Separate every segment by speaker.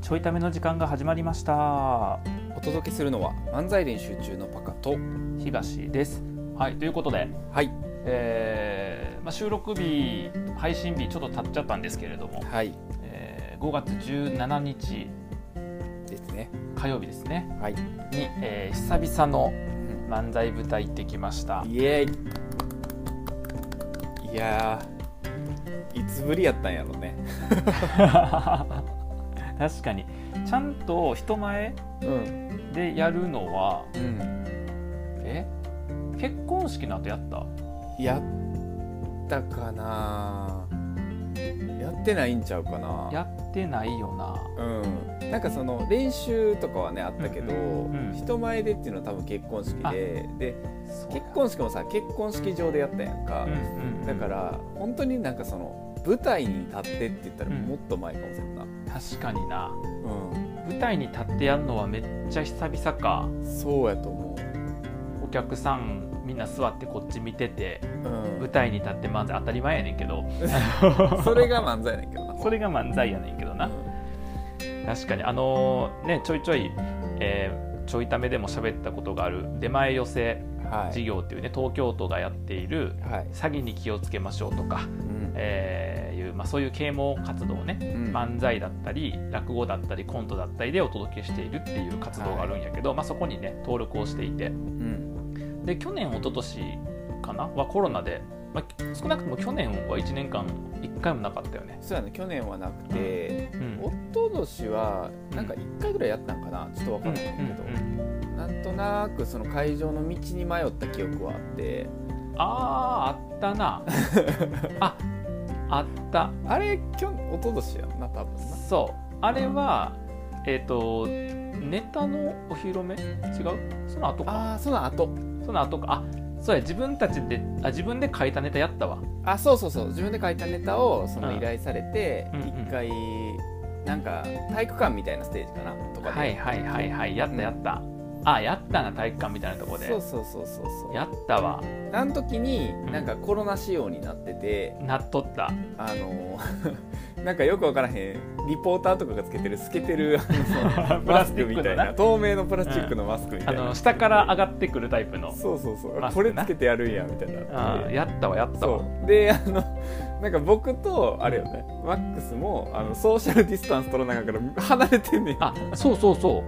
Speaker 1: ちょいための時間が始まりました
Speaker 2: お届けするのは漫才練習中のパカと
Speaker 1: 東ですはいということで、
Speaker 2: はい
Speaker 1: えーまあ、収録日配信日ちょっと経っちゃったんですけれども、
Speaker 2: はい
Speaker 1: えー5月17日
Speaker 2: ですね
Speaker 1: 火曜日ですね
Speaker 2: はい
Speaker 1: に、えー久々の漫才舞台行ってきま した
Speaker 2: イエーイいやーいつぶりやったんやろね
Speaker 1: 確かにちゃんと人前
Speaker 2: うん
Speaker 1: でやるのは
Speaker 2: うん
Speaker 1: え結婚式の後やった
Speaker 2: やったかなやってないんちゃうかな
Speaker 1: やってないよな
Speaker 2: うん、なんかその練習とかはねあったけど、
Speaker 1: うんうんうん
Speaker 2: 人前でっていうのは多分結婚式
Speaker 1: あ
Speaker 2: でで
Speaker 1: そうや
Speaker 2: 結婚式もさ結婚式場でやったやんか、
Speaker 1: うんうん
Speaker 2: だから本当になんかその舞台に立ってって言ったら
Speaker 1: うん
Speaker 2: もっと前かもしれんな、
Speaker 1: 確かにな
Speaker 2: う
Speaker 1: 舞台に立ってやるのはめっちゃ久々か
Speaker 2: ん、そうやと思
Speaker 1: お客さんみんな座ってこっち見てて
Speaker 2: う、
Speaker 1: 舞台に立って漫才当たり前やねんけど
Speaker 2: うん、 それが漫才やねんけどな
Speaker 1: それが漫才やねんけどな確かにあのーねちょいちょい、えーちょいためでも喋ったことがある出前寄せ
Speaker 2: うんは
Speaker 1: 事
Speaker 2: い、
Speaker 1: 業っていうね東京都がやっている
Speaker 2: はい
Speaker 1: 詐欺に気をつけましょうとか、
Speaker 2: うん
Speaker 1: えーいうまあ、そういう啓蒙活動をね
Speaker 2: うん
Speaker 1: 漫才だったり落語だったりコントだったりでお届けしているっていう活動があるんやけど、まあ、そこにね登録をしていて
Speaker 2: うん
Speaker 1: で去年一昨年かなはコロナで、まあ、少なくとも去年は1年間1回もなかったよね、
Speaker 2: そうやね去年はなくて
Speaker 1: うん
Speaker 2: 一昨年はなんか1回ぐらいやったんかなちょっとわかんないけど、
Speaker 1: うん
Speaker 2: なんとなくその会場の道に迷った記憶はあって
Speaker 1: あーあった なああった
Speaker 2: あれ去年一昨年やんな多分な
Speaker 1: そうあれはえっ、とネタのお披露目違うその後か
Speaker 2: ああその後
Speaker 1: その後かあそうや自分たちであ自分で書いたネタやったわ
Speaker 2: あそうそうそう自分で書いたネタをその依頼されて
Speaker 1: うん
Speaker 2: 一、回なんか体育館みたいなステージかなとかで、
Speaker 1: はいはいはいはいやったやった、あやったな体育館みたいなとこで
Speaker 2: そうそうそうそうそう
Speaker 1: やったわ
Speaker 2: あの時に
Speaker 1: ん
Speaker 2: なんかコロナ仕様になってて、
Speaker 1: なっとった
Speaker 2: あの なんかよくわからへんリポーターとかがつけてる透けてるあの
Speaker 1: プラ
Speaker 2: マ
Speaker 1: ス
Speaker 2: ス
Speaker 1: チック
Speaker 2: ク
Speaker 1: のな
Speaker 2: みたいな透明のプラスチックのマスクみた
Speaker 1: あ
Speaker 2: いな、
Speaker 1: の下から上がってくるタイプの、
Speaker 2: そうそうそう
Speaker 1: マス
Speaker 2: こ
Speaker 1: ク
Speaker 2: れ
Speaker 1: な
Speaker 2: つけてやるんやみたいな
Speaker 1: うん、やったわやったわ
Speaker 2: そうであの なんか僕とあれよねマックスもあのソーシャルディスタンス取らながから離れてんねん
Speaker 1: あそうそうそ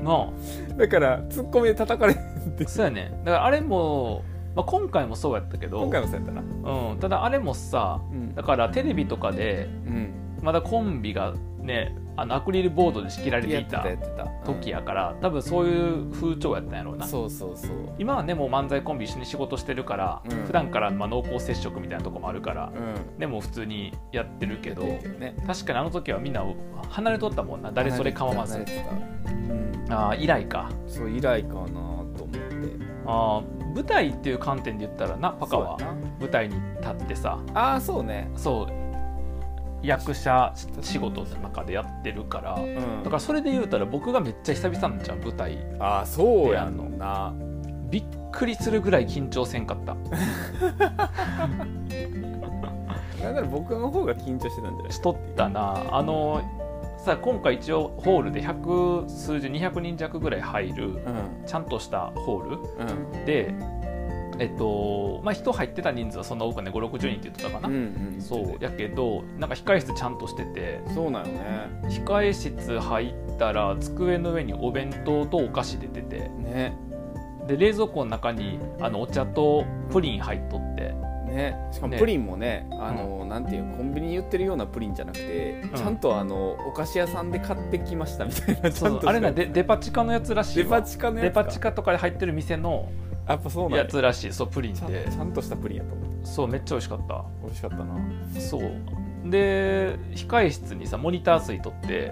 Speaker 1: うの
Speaker 2: だからツッコミで叩かれへんって
Speaker 1: そうやねだからあれも、まあ、今回もそうやったけど
Speaker 2: 今回もそうやったな
Speaker 1: うん、ただあれもさ
Speaker 2: うん
Speaker 1: だからテレビとかで
Speaker 2: うん
Speaker 1: まだコンビがねあのアクリルボードで仕切られて
Speaker 2: やっ
Speaker 1: い
Speaker 2: てた
Speaker 1: た
Speaker 2: やってた
Speaker 1: 時やから、多分そういう風潮やったんやろう
Speaker 2: うん
Speaker 1: な
Speaker 2: そうそうそう
Speaker 1: 今はねもう漫才コンビ一緒に仕事してるから、
Speaker 2: うん
Speaker 1: 普段からまあ濃厚接触みたいなとこもあるから、
Speaker 2: うん
Speaker 1: でもう普通にやってるけど
Speaker 2: やってるね
Speaker 1: 確かにあの時はみんな離れとったもんな誰それ構わず
Speaker 2: 離れてたうん
Speaker 1: あー以来か
Speaker 2: そう以来かなと思って
Speaker 1: あー舞台っていう観点で言ったらなパカは
Speaker 2: そうやな
Speaker 1: 舞台に立ってさ
Speaker 2: ああそうね
Speaker 1: そう役者仕事の中でやってるから
Speaker 2: うん
Speaker 1: だからそれで言うたら僕がめっちゃ久々なんじゃん舞台
Speaker 2: ああそうやんのな
Speaker 1: びっくりするぐらい緊張せんかった
Speaker 2: なんなら僕の方が緊張してたんじゃない
Speaker 1: しとったなあのさ今回一応ホールで100数十200人弱ぐらい入る
Speaker 2: うん
Speaker 1: ちゃんとしたホー
Speaker 2: うん
Speaker 1: ルでえっとまあ人入ってた人数はそんな多くね560人って言ってたかな、
Speaker 2: うんうん
Speaker 1: そうやけどなんか控室ちゃんとしてて
Speaker 2: そうなのね
Speaker 1: 控室入ったら机の上にお弁当とお菓子出てて
Speaker 2: ね
Speaker 1: で冷蔵庫の中にあのお茶とプリン入っとって
Speaker 2: ねしかも
Speaker 1: ね
Speaker 2: プリンもねあの、なんていうコンビニに売ってるようなプリンじゃなくて、
Speaker 1: ん
Speaker 2: ちゃんとあのお菓子屋さんで買ってきましたみたいなち
Speaker 1: そ
Speaker 2: ゃ
Speaker 1: うんそう
Speaker 2: とした
Speaker 1: あれなデデパ地下のやつらしい
Speaker 2: デ
Speaker 1: わ
Speaker 2: パ地下のや
Speaker 1: デ
Speaker 2: つか
Speaker 1: パ地下とかで入ってる店の
Speaker 2: やっぱそうなん
Speaker 1: や
Speaker 2: や
Speaker 1: つらしいそうプリン
Speaker 2: ちゃん
Speaker 1: で
Speaker 2: ちゃんとしたプリンやと思う
Speaker 1: そうめっちゃ美味しかった
Speaker 2: 美味しかったな、
Speaker 1: そうで控室にさモニター水取って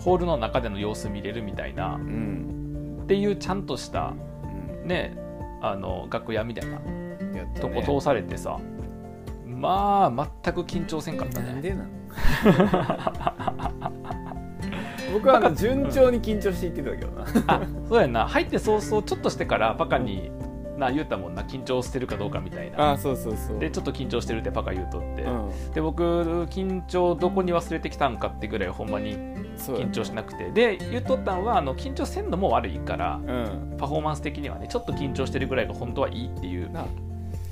Speaker 2: う
Speaker 1: ホールの中での様子見れるみたいなん
Speaker 2: うん
Speaker 1: っていうちゃんとした
Speaker 2: うん
Speaker 1: ねあの楽屋みたいな
Speaker 2: やった
Speaker 1: と
Speaker 2: ね
Speaker 1: こ通されてさ、まあ全く緊張せんかった
Speaker 2: なん
Speaker 1: ね
Speaker 2: でなの僕はあの順調に緊張していってたけどな
Speaker 1: あそうやな入って早々ちょっとしてからバカにな言うたもんな緊張してるかどうかみたいな
Speaker 2: ああそうそうそう
Speaker 1: でちょっと緊張してるってパカ言うとって、
Speaker 2: うん、
Speaker 1: で僕緊張どこに忘れてきたんかってぐらいほんまに
Speaker 2: そうや
Speaker 1: 緊張しなくてで言っとったんはあの緊張せんのも悪いから
Speaker 2: うん
Speaker 1: パフォーマンス的にはねちょっと緊張してるぐらいが本当はいいっていう
Speaker 2: な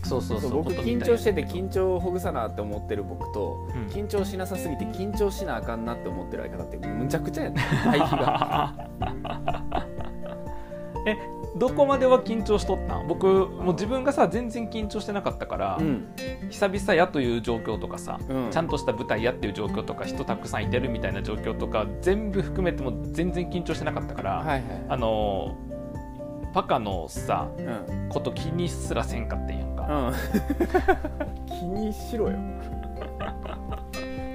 Speaker 1: そうそうそう
Speaker 2: 僕
Speaker 1: ことみ
Speaker 2: 緊
Speaker 1: たいな
Speaker 2: 張してて緊張をほぐさなって思ってる僕と、
Speaker 1: うん
Speaker 2: 緊張しなさすぎて緊張しなあかんなって思ってる相方ってむちゃくちゃ やね対比が
Speaker 1: えどこまでは緊張しとったん僕もう自分がさ全然緊張してなかったから、
Speaker 2: うん
Speaker 1: 久々やという状況とかさ、
Speaker 2: うん
Speaker 1: ちゃんとした舞台やっていう状況とか人たくさんいてるみたいな状況とか全部含めても全然緊張してなかったから、
Speaker 2: はいはい
Speaker 1: あのーパカのさ
Speaker 2: うん
Speaker 1: こと気にすらせんかってんやんか、
Speaker 2: うん気にしろよ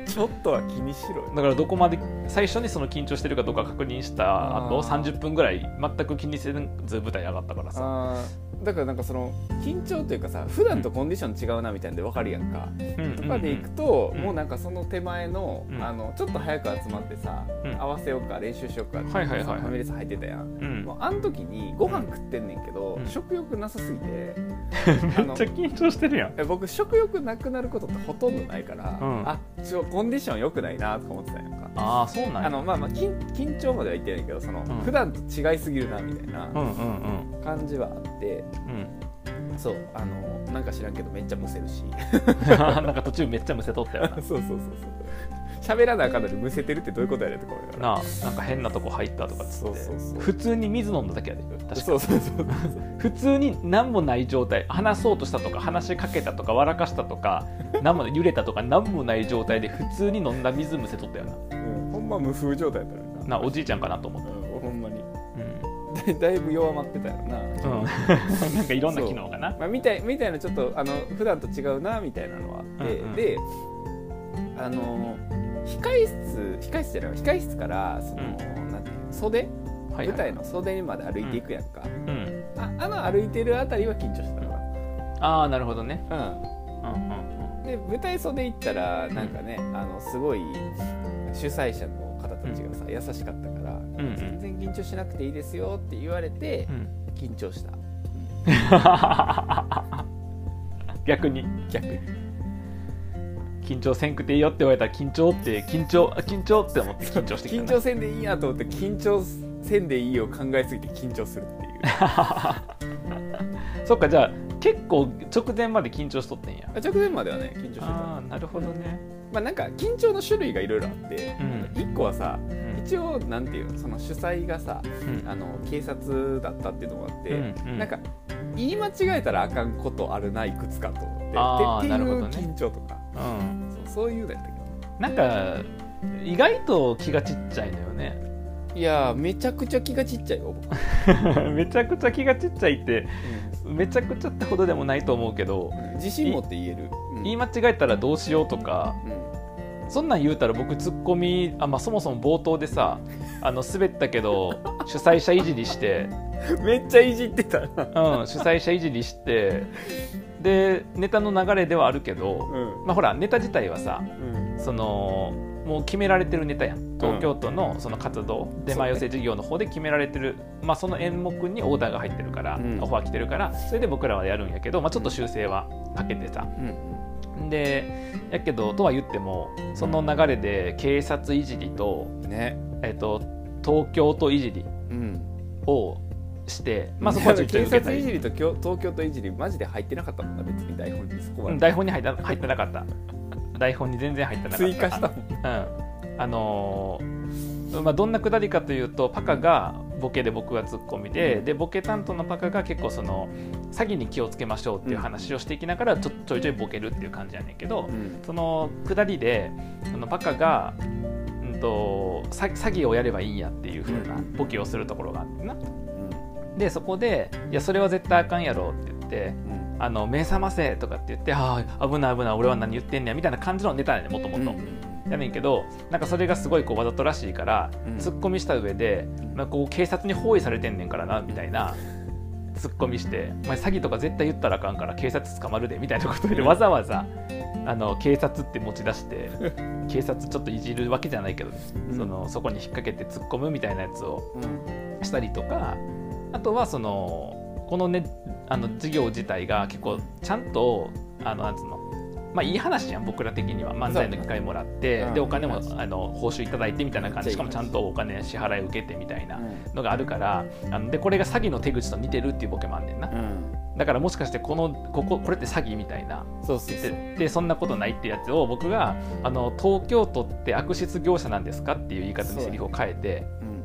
Speaker 2: ちょっとは気にしろよ
Speaker 1: だからどこまで最初にその緊張してるかどうか確認した後
Speaker 2: あー
Speaker 1: 30分ぐらい全く気にせず舞台上がったからさ、
Speaker 2: あーだからなんかその緊張というかさ普段とコンディション違うなみたいなんで分かるやんか、
Speaker 1: うんうんうん
Speaker 2: とかで行くと、
Speaker 1: うん
Speaker 2: もうなんかその手前の,、
Speaker 1: うん
Speaker 2: あのちょっと早く集まってさ、
Speaker 1: うん
Speaker 2: 合わせようか練習しようかって、
Speaker 1: はいはいはいはい
Speaker 2: ファミレス入ってたやん、
Speaker 1: うん
Speaker 2: もうあの時にご飯食ってんねんけど、
Speaker 1: うん
Speaker 2: 食欲なさすぎてあ
Speaker 1: めっ
Speaker 2: の
Speaker 1: ちゃ緊張してるやん
Speaker 2: え僕食欲なくなることってほとんどないから、
Speaker 1: うん
Speaker 2: あちょコンディション良くないなとか思ってたやんか。
Speaker 1: ああそうなんや
Speaker 2: あのまあまあ緊緊張までは言ってないけどその、
Speaker 1: ん
Speaker 2: 普段と違いすぎるなみたいな
Speaker 1: うんうんうん
Speaker 2: 感じはあって、
Speaker 1: うん
Speaker 2: そうあのなんか知らんけどめっちゃむ せるし
Speaker 1: なんか途中めっちゃむせとったよな
Speaker 2: そうそうそうそう喋らなあかんのにむせてるってどういうことやねんってこ れ
Speaker 1: なあなんか変なとこ入ったとかっつって
Speaker 2: そうそうそう
Speaker 1: 普通に水飲んだだけやで確か
Speaker 2: そうそうそうそう
Speaker 1: 普通に何もない状態話そうとしたとか話しかけたとか笑かしたと か何もない揺れたとか何もない状態で普通に飲んだ水むせとったよ
Speaker 2: うんほんま無風状態だったよな
Speaker 1: ななおじいちゃんかなと思っ
Speaker 2: うんほんまに
Speaker 1: た
Speaker 2: だだいぶ弱まってたよな、
Speaker 1: うん、なんかいろんな機能がな
Speaker 2: まあ、みたいみたいなちょっとあの普段と違うなみたいなのはあって、
Speaker 1: うんうん
Speaker 2: であの控え室控え室じゃないわ控え室からその、なんていうの袖、
Speaker 1: はい
Speaker 2: 舞
Speaker 1: はい
Speaker 2: 台の袖にまで歩いていくやんか、
Speaker 1: うん、
Speaker 2: ああの歩いてるあたりは緊張してたか
Speaker 1: ああなるほどね
Speaker 2: ら、う
Speaker 1: う
Speaker 2: ん、
Speaker 1: んうん
Speaker 2: で舞台袖行ったらなんかね、あのすごい主催者の方たちがさ、優しかったから、
Speaker 1: うん
Speaker 2: 全然緊張しなくていいですよって言われて
Speaker 1: うんうん
Speaker 2: 緊張した
Speaker 1: 逆に
Speaker 2: 逆に
Speaker 1: 緊張せんくていいよって言われたら緊張って緊張あ緊張って思って緊張してきた
Speaker 2: 緊
Speaker 1: な
Speaker 2: 張せんでいいやと思って緊張せんでいいを考えすぎて緊張するっ ていう
Speaker 1: そっかじゃあ結構直前まで緊張しとってんや
Speaker 2: 直前まではね緊張してた
Speaker 1: ああなるほどね
Speaker 2: まあなんか緊張の種類がいろいろあって、
Speaker 1: うん
Speaker 2: 一個はさ
Speaker 1: うん
Speaker 2: 一応なんていうのその主催がさ
Speaker 1: うん
Speaker 2: あの警察だったっていうのがあって、
Speaker 1: うんうん
Speaker 2: なんか言い間違えたらあかんことあるないくつかと思って
Speaker 1: あー
Speaker 2: てって
Speaker 1: ないるほ
Speaker 2: う
Speaker 1: どね
Speaker 2: 緊張とか、
Speaker 1: うん
Speaker 2: そうそういうのやったけど
Speaker 1: なんか意外と気がちっちゃいのよね
Speaker 2: いやーめちゃくちゃ気がちっちゃいよ僕、
Speaker 1: めちゃくちゃ気がちっちゃいってめちゃくちゃってほどでもないと思うけど
Speaker 2: 自信持って言える、うん
Speaker 1: 言い間違えたらどうしようとか
Speaker 2: うん
Speaker 1: そんなん言うたら僕ツッコミあ、まあ、そもそも冒頭でさあの滑ったけ ど主催者いじりして、
Speaker 2: めっちゃいじってたな
Speaker 1: うん、主催者いじりしてでネタの流れではあるけど、
Speaker 2: うん
Speaker 1: まあ、ほらネタ自体はさ
Speaker 2: うん
Speaker 1: そのもう決められてるネタやん東京都のその活動、出前寄せ事業の方で決められてる、まあ、その演目にオーダーが入ってるから、
Speaker 2: うん
Speaker 1: オファー来てるからそれで僕らはやるんやけど、まあ、ちょっと修正はかけてさ
Speaker 2: うん
Speaker 1: でやけどとは言ってもその流れで警察いじりと,、
Speaker 2: ね
Speaker 1: えっと東京都いじり
Speaker 2: うん
Speaker 1: をして、まあ、そこはちょいちょい
Speaker 2: 警
Speaker 1: 受けた
Speaker 2: 察い
Speaker 1: り
Speaker 2: じりときょ東京都いじりマジで入ってなかったもんな別に台本にそこま
Speaker 1: うん
Speaker 2: で、
Speaker 1: 台本に入った入ってなかった台本に全然入ってなかった
Speaker 2: 追加したもん
Speaker 1: うん、あのーまあ、どんなくだりかというとパカがボケで僕がツッコミで,、
Speaker 2: うん
Speaker 1: でボケ担当のパカが結構その詐欺に気をつけましょうっていう話をしていきながらちょちょいちょいボケるっていう感じやねんけど、
Speaker 2: うん
Speaker 1: そのくだりでそのパカが、うん、と詐詐欺をやればいいんやっていう風なボケをするところがあってな。でそこで「いやそれは絶対あかんやろ」って言って。
Speaker 2: うんうん
Speaker 1: あの目覚ませとかって言って「ああ危ない危ない俺は何言ってんねや」みたいな感じのネタやねもともと。やねんけどなんかそれがすごいこうわざとらしいから、
Speaker 2: うん
Speaker 1: ツッコミした上で、
Speaker 2: うん
Speaker 1: まあ、こう警察に包囲されてんねんからなみたいなツッコミして「お前詐欺とか絶対言ったらあかんから警察捕まるで」みたいなことで
Speaker 2: うん
Speaker 1: わざわざあの警察って持ち出して警察ちょっといじるわけじゃないけど、
Speaker 2: うん
Speaker 1: そのそこに引っ掛けて突っ込むみたいなやつを
Speaker 2: うん
Speaker 1: したりとかあとはそのこのねあの授業自体が結構ちゃんとあのなんつうのまあいい話じゃん僕ら的には漫才の機会もらって、
Speaker 2: うん
Speaker 1: でお金も
Speaker 2: いい話
Speaker 1: あの報酬いただいてみたいな感じ
Speaker 2: めっちゃいい話
Speaker 1: しかもちゃんとお金支払い受けてみたいなのがあるからあのでこれが詐欺の手口と似てるっていうボケもあんねんな
Speaker 2: うん
Speaker 1: だからもしかしてこのこここれって詐欺みたいな
Speaker 2: そうそうそう
Speaker 1: ででそんなことないってやつを僕があの「東京都って悪質業者なんですか?」っていう言い方にセリフを変えて
Speaker 2: うん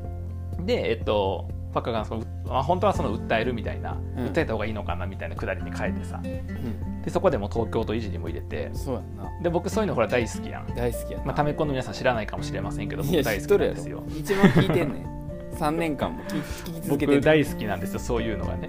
Speaker 1: でえっとパッカーがその、まあ、本当はその訴えるみたいな、
Speaker 2: うん
Speaker 1: 訴えた方がいいのかなみたいなくだりに変えてさ
Speaker 2: うん
Speaker 1: でそこでもう東京都維持にも入れて
Speaker 2: そうやんな
Speaker 1: で僕そういうのほら大好きやん。
Speaker 2: 大好きやな
Speaker 1: まあ、ためこの皆さん知らないかもしれませんけど
Speaker 2: い
Speaker 1: 僕
Speaker 2: や
Speaker 1: 大
Speaker 2: 知
Speaker 1: 好きな
Speaker 2: っと
Speaker 1: ん
Speaker 2: るや
Speaker 1: で
Speaker 2: ろ
Speaker 1: すよ
Speaker 2: 一番聞いてんねん 3年間も聞き聞き続
Speaker 1: 僕
Speaker 2: けてんねん
Speaker 1: 大好きなんですよそういうのがね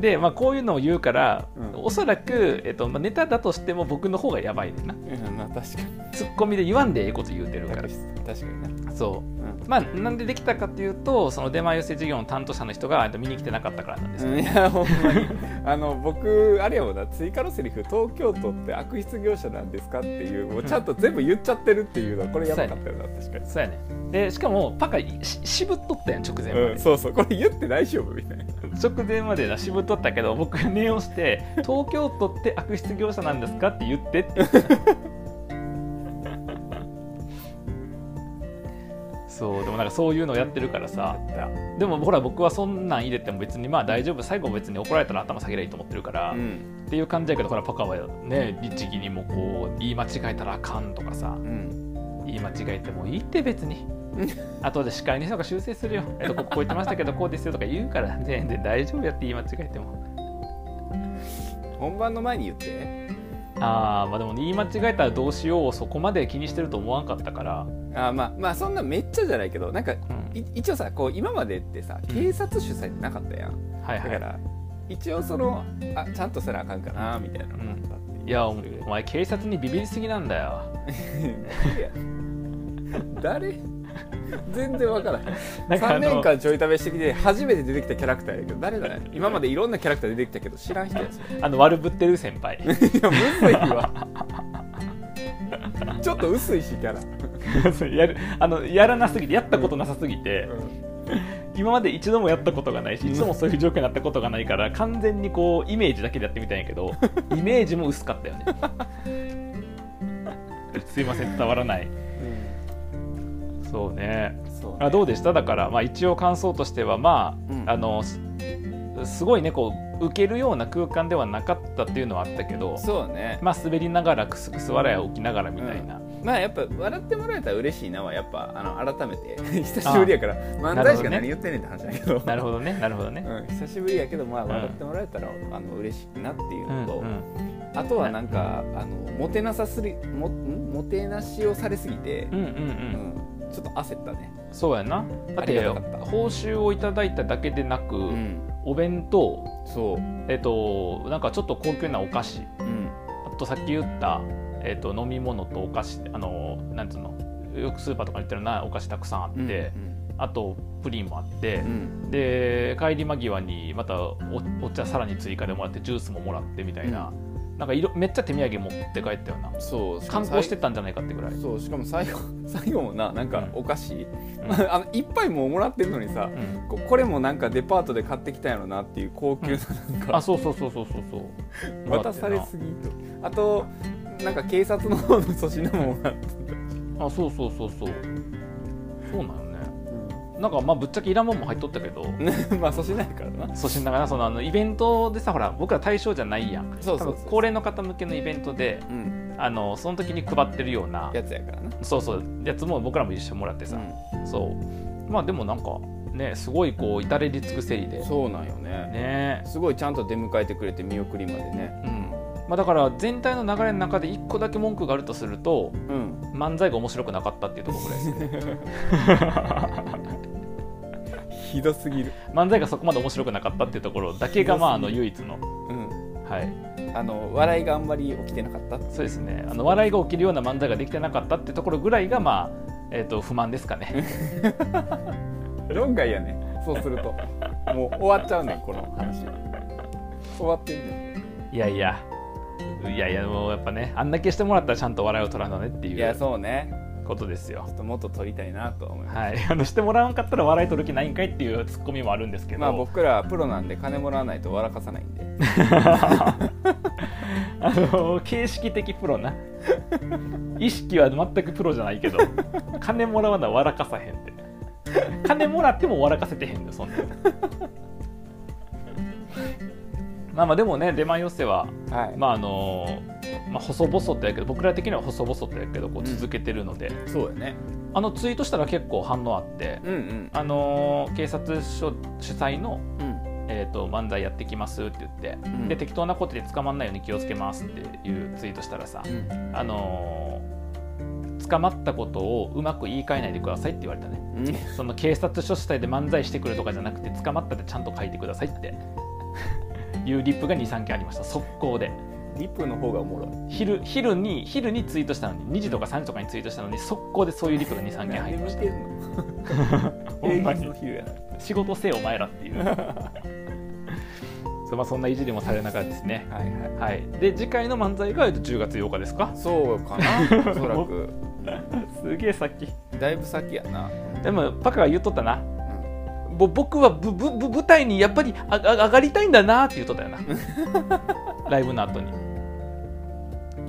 Speaker 1: で、まあ、こういうのを言うから、
Speaker 2: うん
Speaker 1: おそらく、えっとまあ、ネタだとしても僕の方がやばいねんな
Speaker 2: うんまあ確かに
Speaker 1: ツッコミで言わんでええこと言うてるか
Speaker 2: 確
Speaker 1: ら
Speaker 2: かにな
Speaker 1: そう
Speaker 2: うん
Speaker 1: まあ、なんでできたかというとその出前寄せ事業の担当者の人がえっと見に来てなかったからなんですよ
Speaker 2: うんいやほんまにあの僕あれやもんな追加のセリフ「東京都って悪質業者なんですか?」っていうもうちゃんと全部言っちゃってるっていうのはこれやばかったよな確かに、
Speaker 1: そうやねでしかもパカし渋っとったやん直前まで、
Speaker 2: うん、そうそうこれ言って大丈夫みたいな
Speaker 1: 直前までな渋っとったけど僕が念を して「東京都って悪質業者なんですか?」って言ってって言ったそうでもなんかそういうのをやってるからさでもほら僕はそんなん入れても別にまあ大丈夫最後別に怒られたら頭下げりゃいいと思ってるから、
Speaker 2: うん
Speaker 1: っていう感じやけどほらパカはね律儀にもこう言い間違えたらあかんとかさ
Speaker 2: うん
Speaker 1: 言い間違えてもいいって別に後で司会の人が修正するよ、えっと、こここう言ってましたけどこうですよとか言うから全然大丈夫やって言い間違えても
Speaker 2: 本番の前に言って
Speaker 1: ああまあでも言い間違えたらどうしようをそこまで気にしてると思わんかったから、
Speaker 2: あーまあまあそんなめっちゃじゃないけどなんかい
Speaker 1: うん、
Speaker 2: 一応さこう今までってさ警察主催ってなかったやん
Speaker 1: はい
Speaker 2: だ
Speaker 1: はい
Speaker 2: から一応そのあちゃんとせなあかんかなみたいなのがあったっていう、
Speaker 1: いやおお前警察にビビりすぎなんだよ
Speaker 2: いや 誰全然わからない
Speaker 1: なんかあ
Speaker 2: 3
Speaker 1: の
Speaker 2: 年間ちょい試してきて初めて出てきたキャラクターやけど誰だね今までいろんなキャラクター出てきたけど知らん人やつい
Speaker 1: あの悪ぶってる先輩
Speaker 2: やむ ずいわ ちょっと薄いしキャ ラ、
Speaker 1: やるあのやらなすぎてやったことなさすぎて、
Speaker 2: うん
Speaker 1: 今まで一度もやったことがないし
Speaker 2: うん
Speaker 1: 一度もそういう状況になったことがないから完全にこうイメージだけでやってみたんやけ どイメージも薄かったよねすいません伝わらないそうね
Speaker 2: そう
Speaker 1: あどうでしただから、まあ、一応感想としてはまあ,、
Speaker 2: うん
Speaker 1: あのすすごいねこう受けるような空間ではなかったっていうのはあったけど
Speaker 2: そうね
Speaker 1: まあ滑りながらクスクス笑いを起きながらみたいな、
Speaker 2: まあやっぱ笑ってもらえたら嬉しいなはやっぱあの改めて 久しぶりやから漫才しか
Speaker 1: なるほどね
Speaker 2: 何言ってんねんって話だけど
Speaker 1: なるほどねなるほどね、
Speaker 2: うん、久しぶりやけどまあ
Speaker 1: うん
Speaker 2: 笑ってもらえたら、あの嬉しいなっていう
Speaker 1: うん
Speaker 2: のと、
Speaker 1: うん
Speaker 2: あとはなんかあのもてなさすりもんもてなしをされすぎて
Speaker 1: う、んうんう
Speaker 2: うんんちょっと焦ったね、
Speaker 1: そうやなだっ
Speaker 2: あり
Speaker 1: て
Speaker 2: がたかった
Speaker 1: 報酬をいただいただけでなく、
Speaker 2: うん、
Speaker 1: お弁当
Speaker 2: そう、
Speaker 1: えっとなんかちょっと高級なお菓子
Speaker 2: うん、
Speaker 1: あとさっき言った、えっと飲み物とお菓子あのなんつうのよくスーパーとかに売ってるなお菓子たくさんあって、
Speaker 2: うん
Speaker 1: あとプリンもあって
Speaker 2: う、ん
Speaker 1: で帰り間際にまたおお茶さらに追加でもらってジュースももらってみたいな、なんかいろめっちゃ手土産持って帰ったよな
Speaker 2: そうしか
Speaker 1: 観
Speaker 2: も
Speaker 1: 光してたんじゃないかってぐらい、
Speaker 2: そうしかも最後 最後もななんかお菓子、
Speaker 1: うん
Speaker 2: あのいっぱいもうもらってんのにさ、
Speaker 1: うん
Speaker 2: ここれもなんかデパートで買ってきたんやろなっていう高級ななん
Speaker 1: あ
Speaker 2: か、
Speaker 1: そうそうそうそうそうそう
Speaker 2: 渡されすぎとあとなんか警察の方の粗品ももらって、
Speaker 1: あそうそうそうそうそうなのねなんかまあぶっちゃけいらんもんも入っとったけど
Speaker 2: ね まあ粗品やからな
Speaker 1: そうしながらそのあのイベントでさほら僕ら対象じゃないやん
Speaker 2: そうそうそう
Speaker 1: 多分高齢の方向けのイベントで
Speaker 2: うん
Speaker 1: あのその時に配ってるような
Speaker 2: やつやからな
Speaker 1: そうそうやつも僕らも一緒にもらってさ、そうまあでもなんかねすごいこう至れり尽くせりで
Speaker 2: そうなんよね
Speaker 1: ね
Speaker 2: すごいちゃんと出迎えてくれて見送りまでね
Speaker 1: うんまあだから全体の流れの中で一個だけ文句があるとすると
Speaker 2: うん
Speaker 1: 漫才が面白くなかったっていうところぐらいですね
Speaker 2: ひどすぎる
Speaker 1: 漫才がそこまで面白くなかったっていうところだけがまああの唯一の
Speaker 2: うん
Speaker 1: はい
Speaker 2: あの笑いがあんまり起きてなかった
Speaker 1: そうですねあの笑いが起きるような漫才ができてなかったってところぐらいがまあ、えー、と不満ですかね
Speaker 2: 論外やねそうするともう終わっちゃうねんこの話終わってんね
Speaker 1: いやいやいやいやもうやっぱねあんだけしてもらったらちゃんと笑いを取らなねってい
Speaker 2: ん
Speaker 1: う
Speaker 2: いやそうね
Speaker 1: ことですよ
Speaker 2: ちょっともっと撮りたいなと思います、
Speaker 1: はい、あ のしてもらわんかったら笑い取る気ないんかいっていうツッコミもあるんですけど、
Speaker 2: まあ僕らはプロなんで金もらわないと笑かさないんで
Speaker 1: あの形式的プ ロな意識は全くプロじゃないけど金もらわな笑かさへんって金もらっても笑かせてへんでそん なのまあまあでもね出前寄せは
Speaker 2: はい、
Speaker 1: まああのまあ、細々とやけど僕ら的には細々とやけどこう続けてるので、
Speaker 2: そうだね
Speaker 1: あのツイートしたら結構反応あって、
Speaker 2: うんうん
Speaker 1: あの警察署主催の、
Speaker 2: うん
Speaker 1: えー、と漫才やってきますって言って、
Speaker 2: ん
Speaker 1: で適当なことで捕まんないように気をつけますっていうツイートしたらさ、あのー捕まったことをうまく言い換えないでくださいって言われたね
Speaker 2: うん
Speaker 1: その警察署主体で漫才してくるとかじゃなくて捕まったでちゃんと書いてくださいっていうリップが23件ありました速攻で
Speaker 2: リップの方がおもろい
Speaker 1: 昼昼に昼にツイートしたのに2時とか3時とかにツイートしたのに速攻でそういうリップが23件入りました
Speaker 2: 何見
Speaker 1: ほん ま
Speaker 2: てんの平日
Speaker 1: に
Speaker 2: の昼やな
Speaker 1: 仕事せえお前らっていう そう、まあ、そんないじりもされながらですね
Speaker 2: はいはい
Speaker 1: はいで次回の漫才がえっと10月8日ですか
Speaker 2: そうか なおそらく
Speaker 1: すげえ先
Speaker 2: だいぶ先やな、
Speaker 1: でもパカが言っとったな
Speaker 2: うん
Speaker 1: ぼ僕はぶぶぶ舞台にやっぱりああ上がりたいんだなって言っとったよな ライブの後に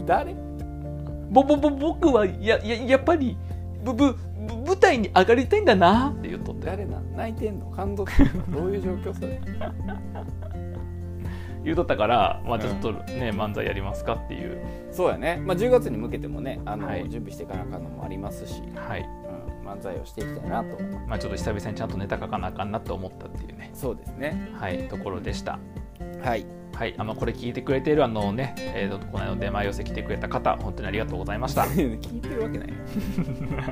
Speaker 2: 誰
Speaker 1: ぼぼぼ僕はやややっぱりぶぶぶ舞台に上がりたいんだなって言っとったよ
Speaker 2: 誰なん泣いてんの感動する のどういう状況それ
Speaker 1: 言うとったから、まあ、ちょっとね、漫才やりますかっていう
Speaker 2: そうやね、まあ、10月に向けてもねあの、
Speaker 1: はい
Speaker 2: 準備していかなあかんのもありますし、
Speaker 1: はい
Speaker 2: うん、漫才をしていきたいなと思う
Speaker 1: まあちょっと久々にちゃんとネタ書かなあかんなと思ったっていうね
Speaker 2: そうですね
Speaker 1: はいところでした
Speaker 2: はい
Speaker 1: はいあのこれ聞いてくれているあのね、えー、とこの間の出前寄せ来てくれた方本当にありがとうございました
Speaker 2: 聞いてるわけない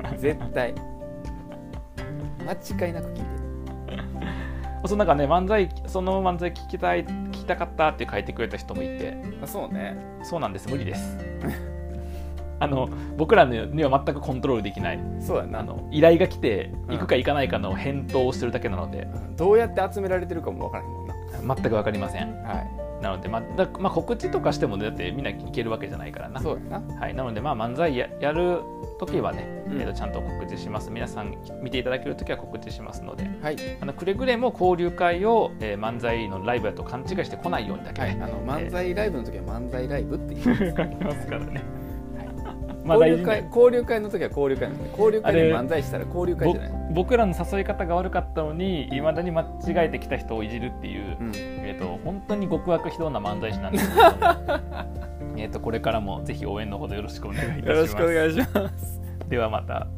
Speaker 2: な 絶対間違いなく聞いてる
Speaker 1: そのなんかね漫才その漫才聞きたい聞きたかったって書いてくれた人もいて
Speaker 2: あそうね
Speaker 1: そうなんです無理です あの僕らには全くコントロールできない
Speaker 2: そうやな
Speaker 1: あ
Speaker 2: あの
Speaker 1: の依頼が来て
Speaker 2: うん
Speaker 1: 行くか行かないかの返答をしてるだけなので
Speaker 2: どうやって集められてるかもわからへんもんな
Speaker 1: 全く分かりません
Speaker 2: はい
Speaker 1: なので、まだまあ、告知とかしてもねだってみんな行けるわけじゃないからな
Speaker 2: そうやな
Speaker 1: はい、なので、まあ、漫才ややるときはね、
Speaker 2: うん
Speaker 1: えーとちゃんと告知します皆さん見ていただけるときは告知しますので
Speaker 2: はい、
Speaker 1: あのくれぐれも交流会を、えー漫才のライブだと勘違いしてこないようにだけ
Speaker 2: はい、あ
Speaker 1: ね、
Speaker 2: の漫才ライブの時は漫才ライブって言 います
Speaker 1: 書きますからね、 まあ
Speaker 2: 交
Speaker 1: 大事
Speaker 2: 流会
Speaker 1: ね
Speaker 2: 交流会の時は交流会なんで交流会で漫才したら交流会じゃない、
Speaker 1: ぼ僕らの誘い方が悪かったのにいまだに間違えてきた人をいじるっていう、
Speaker 2: うん、
Speaker 1: えー、と本当に極悪非道な漫才師なんですけれども えーとこれからもぜひ応援のほどよろしくお願いいたします
Speaker 2: いします
Speaker 1: ではまた